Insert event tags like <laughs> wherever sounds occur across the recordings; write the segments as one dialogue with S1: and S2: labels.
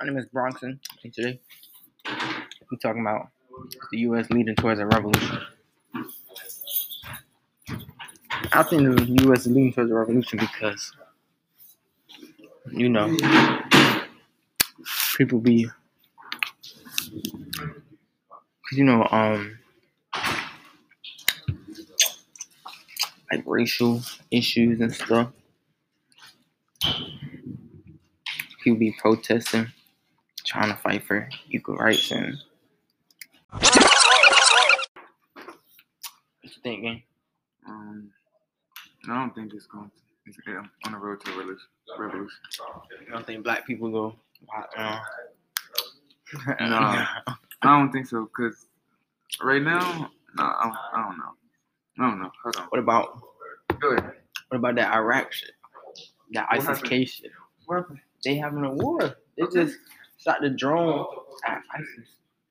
S1: My name is Bronson, and today we're talking about the U.S. leading towards a revolution. I think the U.S. is leading towards a revolution because, you know, people be, cause you know, um, like racial issues and stuff. People be protesting, trying to fight for equal rights and. What you think, gang?
S2: Um, I don't think it's going. To, it's yeah, on the road to revolution. revolution. <laughs>
S1: You don't think black people go? Wow.
S2: No. I don't think so. Cause right now, no, I don't, I don't know. I don't know. Hold on.
S1: What about
S2: Go ahead.
S1: what about that Iraq shit? That
S2: What
S1: ISIS
S2: happened?
S1: K shit.
S2: What happened?
S1: They having a war. They just shot the drone at ISIS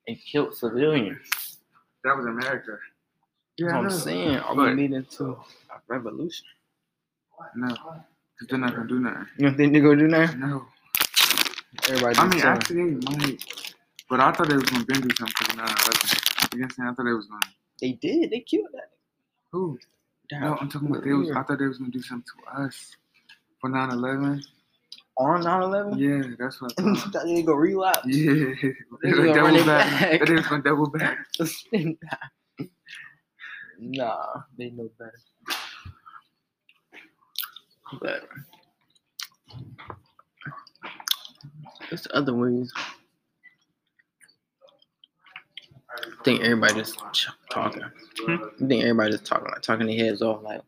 S1: and killed civilians.
S2: That was America. Yeah,
S1: That's what
S2: I
S1: I'm
S2: know.
S1: saying. Are we
S2: But-
S1: leading to a revolution?
S2: No, cause they're not gonna do nothing.
S1: You don't think they gonna do that?
S2: No.
S1: Everybody just uh,
S2: I mean,
S1: chilling.
S2: actually, they might. But I thought they was gonna bend do something because 9/11. You know what I'm saying? I thought they was gonna.
S1: they did. They killed that.
S2: Who? No, I'm talking about they was. I thought they was gonna do something to us for 9/11.
S1: on 9/11.
S2: Yeah, that's what I
S1: you
S2: thought.
S1: thought <laughs> they go relapse?
S2: <laughs> Yeah,
S1: They
S2: they
S1: gonna
S2: gonna
S1: run
S2: double
S1: it
S2: back.
S1: back.
S2: They was gonna double back.
S1: <laughs> nah, they know better. But there's other ways. I think everybody just ch- talking.
S2: Hmm?
S1: I think everybody just talking, like talking their heads off, like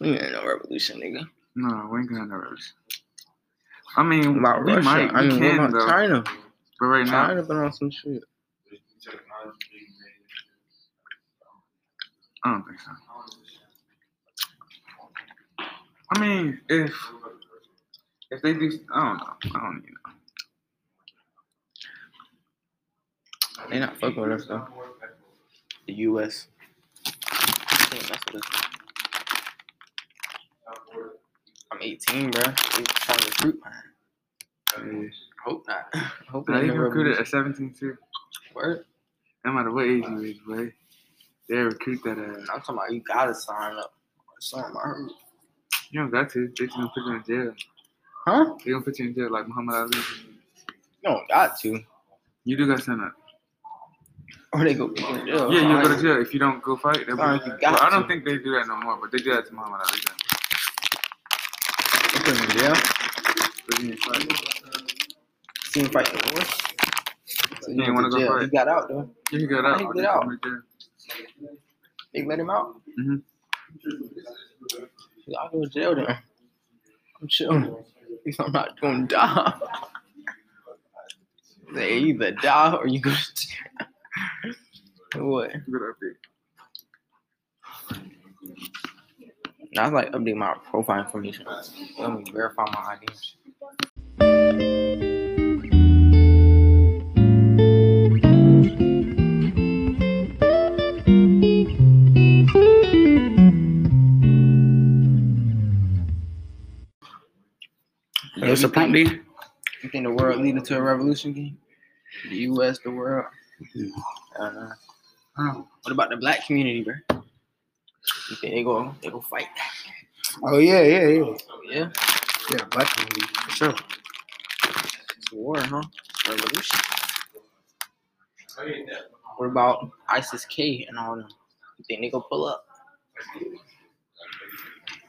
S1: we ain't no revolution, nigga.
S2: No, we ain't gonna have no Russia. I mean,
S1: About
S2: we
S1: Russia,
S2: might.
S1: I
S2: we
S1: mean,
S2: can
S1: what about
S2: though.
S1: China?
S2: But right now,
S1: China been on some shit.
S2: I don't think so. I mean, if if they do, I don't know. I don't even know.
S1: They not fucking with us though. The U.S. I think that's what it's- I'm 18, bro. They trying to recruit mine. I hope not. I <sighs> hope
S2: They
S1: not.
S2: even recruited at 17 too.
S1: Word.
S2: No matter what age you is, but they recruit that uh, ass.
S1: I'm talking about you gotta sign up. Sign my heard.
S2: You don't got to. They just gonna put you in jail.
S1: Huh?
S2: They gonna put you in jail like Muhammad Ali.
S1: No, got to.
S2: You do got sign up.
S1: Or they go put you in jail.
S2: Yeah, you go to
S1: Like,
S2: jail if you don't go fight. They
S1: Sorry,
S2: put-
S1: you got
S2: well, I don't
S1: to.
S2: think they do that no more, but they do that to Muhammad Ali. Then.
S1: they put you in jail.
S2: But he didn't fight.
S1: See him fight the war. So
S2: You ain't
S1: went
S2: wanna
S1: to
S2: go
S1: jail.
S2: fight.
S1: He got out though.
S2: Yeah, he got
S1: Why
S2: out.
S1: he
S2: but
S1: get
S2: they
S1: out?
S2: put him in jail.
S1: They let him out.
S2: Mhm.
S1: I'll go to jail then. I'm chilling. At least I'm not going to die. They either die or you go to jail. <laughs> what?
S2: Good update.
S1: I like update my profile information. Let me verify my ID.
S2: What's up, Pompey?
S1: You think the world leading to a revolution game? The U.S., the world. Uh,
S2: Oh,
S1: what about the black community, bro? You think they go they go fight? Oh yeah, yeah, yeah, yeah.
S3: Yeah, black community for sure.
S1: It's war, huh? Revolution. What about ISIS K and all them? You think they gonna pull up?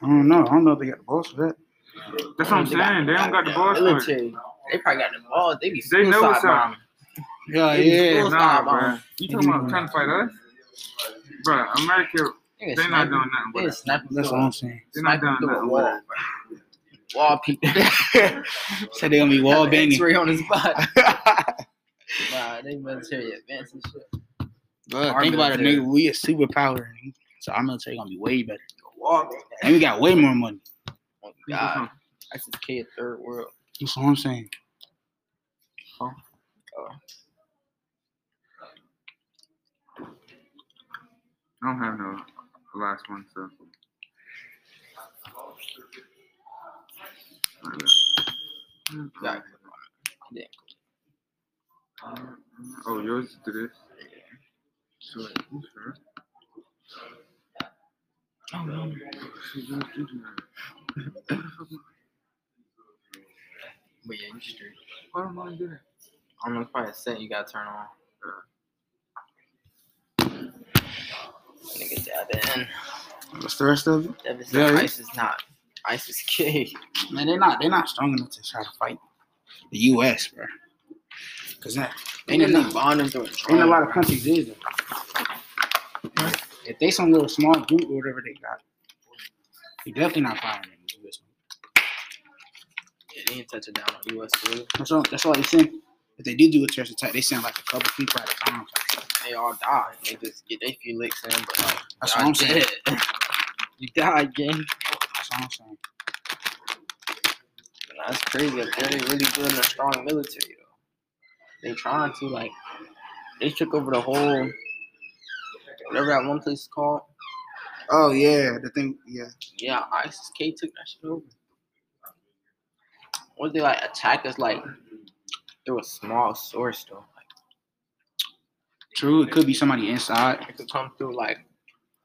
S3: I don't know. I don't know if they got the balls for that.
S2: that's what I'm
S1: They got-
S2: saying. They don't got the
S1: goddamn
S2: balls for it.
S1: Military. They probably got the balls. They be
S2: They know
S1: suicide
S2: what's up.
S1: bombing.
S3: Yeah,
S1: They be suicide
S2: Nah, bro.
S1: bombing.
S2: You talking about trying to fight us? Bro, America,
S1: They,
S2: they not doing nothing with
S1: They
S2: us.
S1: snapping
S3: That's
S1: through
S3: what
S1: a-
S3: I'm saying.
S2: They not doing
S1: snapping through a
S2: nothing with
S1: wall.
S2: us.
S1: bro. Wall
S3: <laughs>
S1: people.
S3: So they gonna be wall banging.
S1: X-ray on his
S3: <laughs>
S1: body. Wow, they military advanced and shit. Oh
S3: Bro,
S1: Our
S3: think about it,
S1: military.
S3: nigga. We a superpower, so our military gonna be way better,
S1: Wall.
S3: and we got way more money.
S1: Oh, God, that's his kid, third world.
S3: That's what I'm saying.
S2: I don't have no last one, so.
S1: Got
S2: Oh, yours do this. So,
S1: Oh no. But yeah, you straight.
S2: Why don't I do that?
S1: I don't know, it's probably a set you gotta turn on. Nigga dab in.
S3: What's the rest of it?
S1: Devin said
S3: Really?
S1: ice is not. Ice is king. <laughs>
S3: Man, they're not. They're not strong enough to try to fight the U.S., bro. Cause that uh,
S1: Ain't
S3: ain't
S1: enough
S3: enough.
S1: bonders or
S3: Ain't a lot of countries is there. If they some little small group or whatever they got, they definitely not firing in the U.S.
S1: Yeah, they ain't touching down on US soil.
S3: That's all. That's all they send. If they do do a terrorist attack, they send like a couple people at a time.
S1: They all die. They just get their few licks in, but like,
S3: That's
S1: y'all
S3: what I'm saying.
S1: dead. <laughs> you died, gang.
S3: That's what I'm saying.
S1: That's crazy. Up there, they really building a strong military though. They trying to like, they took over the whole, whatever that one place is called.
S3: Oh yeah, the thing. Yeah,
S1: Yeah, ISIS K took that shit over. What they like attack us like through a small source though. Like
S3: true. It could be somebody inside.
S1: it could come through like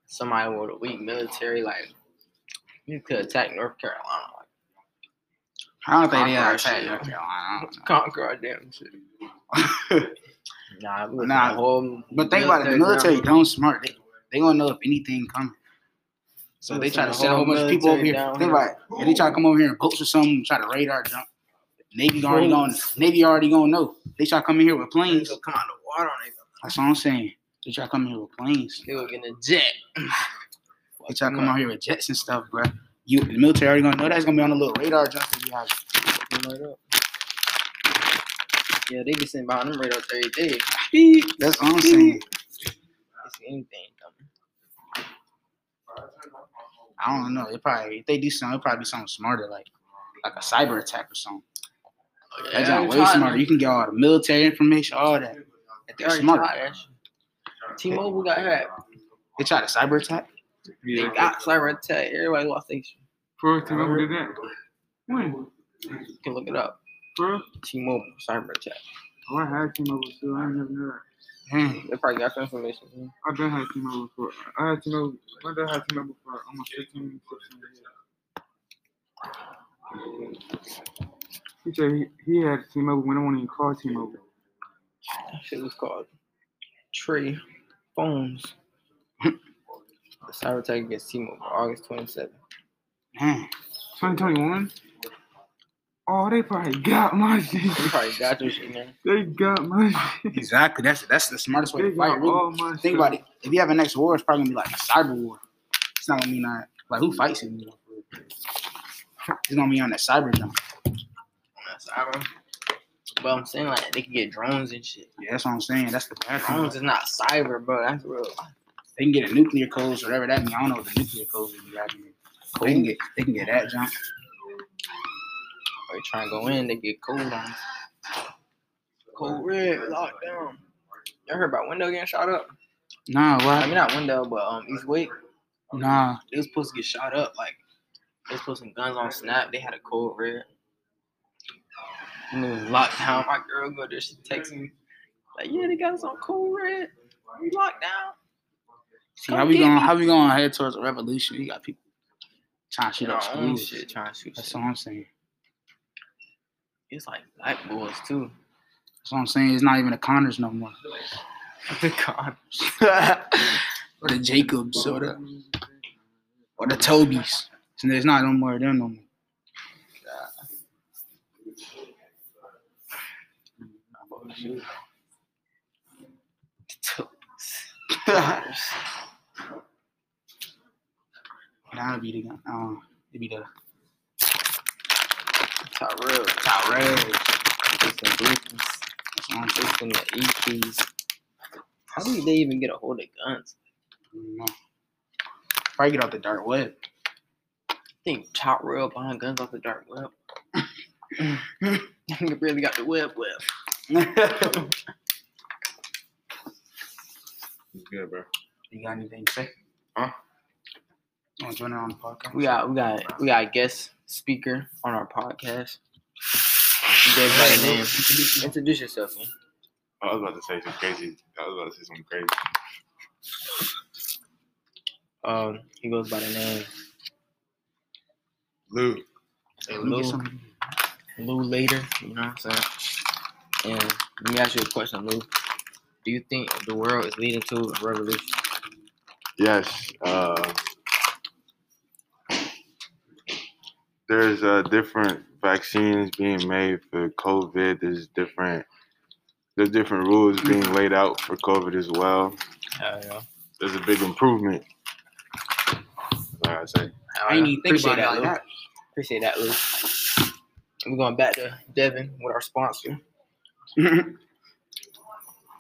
S1: somebody with a weak military, like you could attack North Carolina, like <laughs>
S3: I don't think they
S1: Conqueror
S3: are attack
S1: shit.
S3: North Carolina.
S1: conquer our damn
S3: <laughs>
S1: shit.
S3: I don't know.
S1: Nah, we
S3: Nah,
S1: nah, whole
S3: But think about it. The military don't smart. They, they gonna know if anything coming. So they
S1: Listen,
S3: try to
S1: the
S3: send a whole
S1: whole
S3: bunch of people over
S1: military
S3: here.
S1: down here.
S3: Think about it. If they try to come over here in boats or something, try to radar jump. Navy already going.
S1: Boats.
S3: Navy already gonna know. They try to come in here with planes.
S1: will come out of water on it.
S3: That's what I'm saying. They try to come in here with planes.
S1: They will get a jet.
S3: They try to come out here with jets and stuff, bro. You the military already gonna know that's gonna be on the little radar jump that we have.
S1: Yeah, they be sitting behind them radars every day. They
S3: That's what I'm saying.
S1: see anything coming.
S3: I don't know. It probably if they do something, it probably be something smarter, like like a cyber attack or something. That's
S1: Oh, Yeah,
S3: not
S1: they
S3: way
S1: trying to-
S3: smarter. You can get all the military information, all that. If they're smart,
S1: T-Mobile got hacked.
S3: they try to cyber attack.
S1: They
S2: Yeah.
S1: got cyber attack. Everybody lost their. shit.
S2: For real, T-Mobile did that. When?
S1: You can look it up.
S2: For real?
S1: T-Mobile cyber attack.
S2: Oh, I had T-Mobile too. I never knew that.
S3: Dang.
S1: They probably got some information. man.
S2: I've been had T-Mobile for. I had T-Mobile. My dad had T-Mobile for almost 15, 16 years. He said he, he had T-Mobile when I won't even call T-Mobile.
S1: That shit was called Tree Phones. the cyber attack against T-Mobile, August 27th.
S3: Dang.
S2: 2021. Oh, they probably got my shit. <laughs>
S1: They probably got your shit, man.
S2: They got my shit.
S3: Exactly. That's that's the smartest way
S2: They
S3: to fight.
S2: got
S3: Really.
S2: all my
S3: Think about it. If you have a next war, it's probably gonna be like a cyber war. It's not gonna be not like who fights it. you know, for real. It's gonna be on that cyber jump.
S1: That's cyber. But I'm saying like they can get drones and shit.
S3: Yeah, that's what I'm saying. That's the bad
S1: Drones
S3: part.
S1: is not cyber, bro. That's real.
S3: They can get a nuclear codes, whatever that means. I don't know what the nuclear codes would be right here. They can get they can get that jump.
S1: Or they try and go in, they get cold on. us. Cold red, locked down. Y'all heard about window getting shot up?
S3: Nah,
S1: I
S3: why?
S1: mean, not window, but um, East Wake.
S3: Nah.
S1: They was supposed to get shot up. Like they was supposed to guns on snap. They had a cold red. And it was locked down. My girl go there. She text me like, "Yeah, they got us on cold red. We locked down."
S3: See, how we going? How we going head towards a revolution? You got people trying to shoot
S1: Shoot our
S3: up
S1: own
S3: schools.
S1: shit, trying to shoot.
S3: That's
S1: Shit.
S3: what I'm saying.
S1: It's like black boys
S3: <laughs>
S1: too. <laughs>
S3: That's what I'm saying. It's not even the Connors no more.
S1: the God.
S3: or the Jacobs or the or the Tobys. So there's not no more of them no more. <laughs> That'll be the uh, it'd be the
S1: Tyrell.
S3: Tyrells.
S1: Jason Bluetooth.
S3: That's what I'm saying.
S1: Jason the EPs. How did they even get a hold of guns?
S3: No. Probably get off the dark web.
S1: think top rail behind guns off the dark web. <laughs> Nigga really got the web web.
S3: you
S2: Good, bro.
S3: got anything to say?
S2: Huh?
S3: Want to join in on the podcast?
S1: We got we got we got a guest speaker on our podcast. You gave her a name. Introduce yourself, man.
S4: I was about to say some crazy. I was about to say some crazy.
S1: Um, he goes by the name
S4: Lou,
S1: say
S3: Let me
S1: Lou,
S3: get some.
S1: Lou later. You know what I'm saying? And let me ask you a question, Lou. Do you think the world is leading to a revolution?
S4: Yes. Uh, there's uh, different vaccines being made for COVID. There's different there's different rules being laid out for COVID as well.
S1: Hell yeah.
S4: There's a big improvement. Like I say,
S1: Hell
S3: I
S1: yeah.
S3: ain't even think
S1: Appreciate
S3: about it like
S1: Lou.
S3: that.
S1: Appreciate that, Lou. We're going back to Devin with our <laughs> sponsor.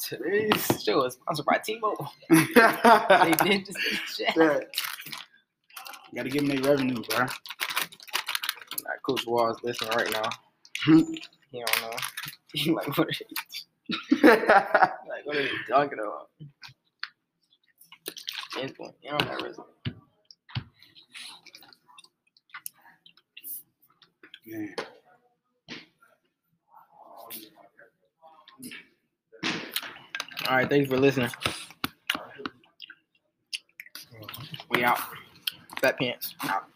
S1: Today's show is sponsored by <laughs> T-Mobile. <laughs>
S3: <laughs>
S1: They did just shit.
S3: Gotta give them their revenue, bro.
S1: Like Coach Wall is listening right <laughs> now. he don't know. He like, what are you, like, what are you talking about? Influence. You don't have resume.
S3: Man.
S1: All right, thanks for listening. We out. Fat pants. Out.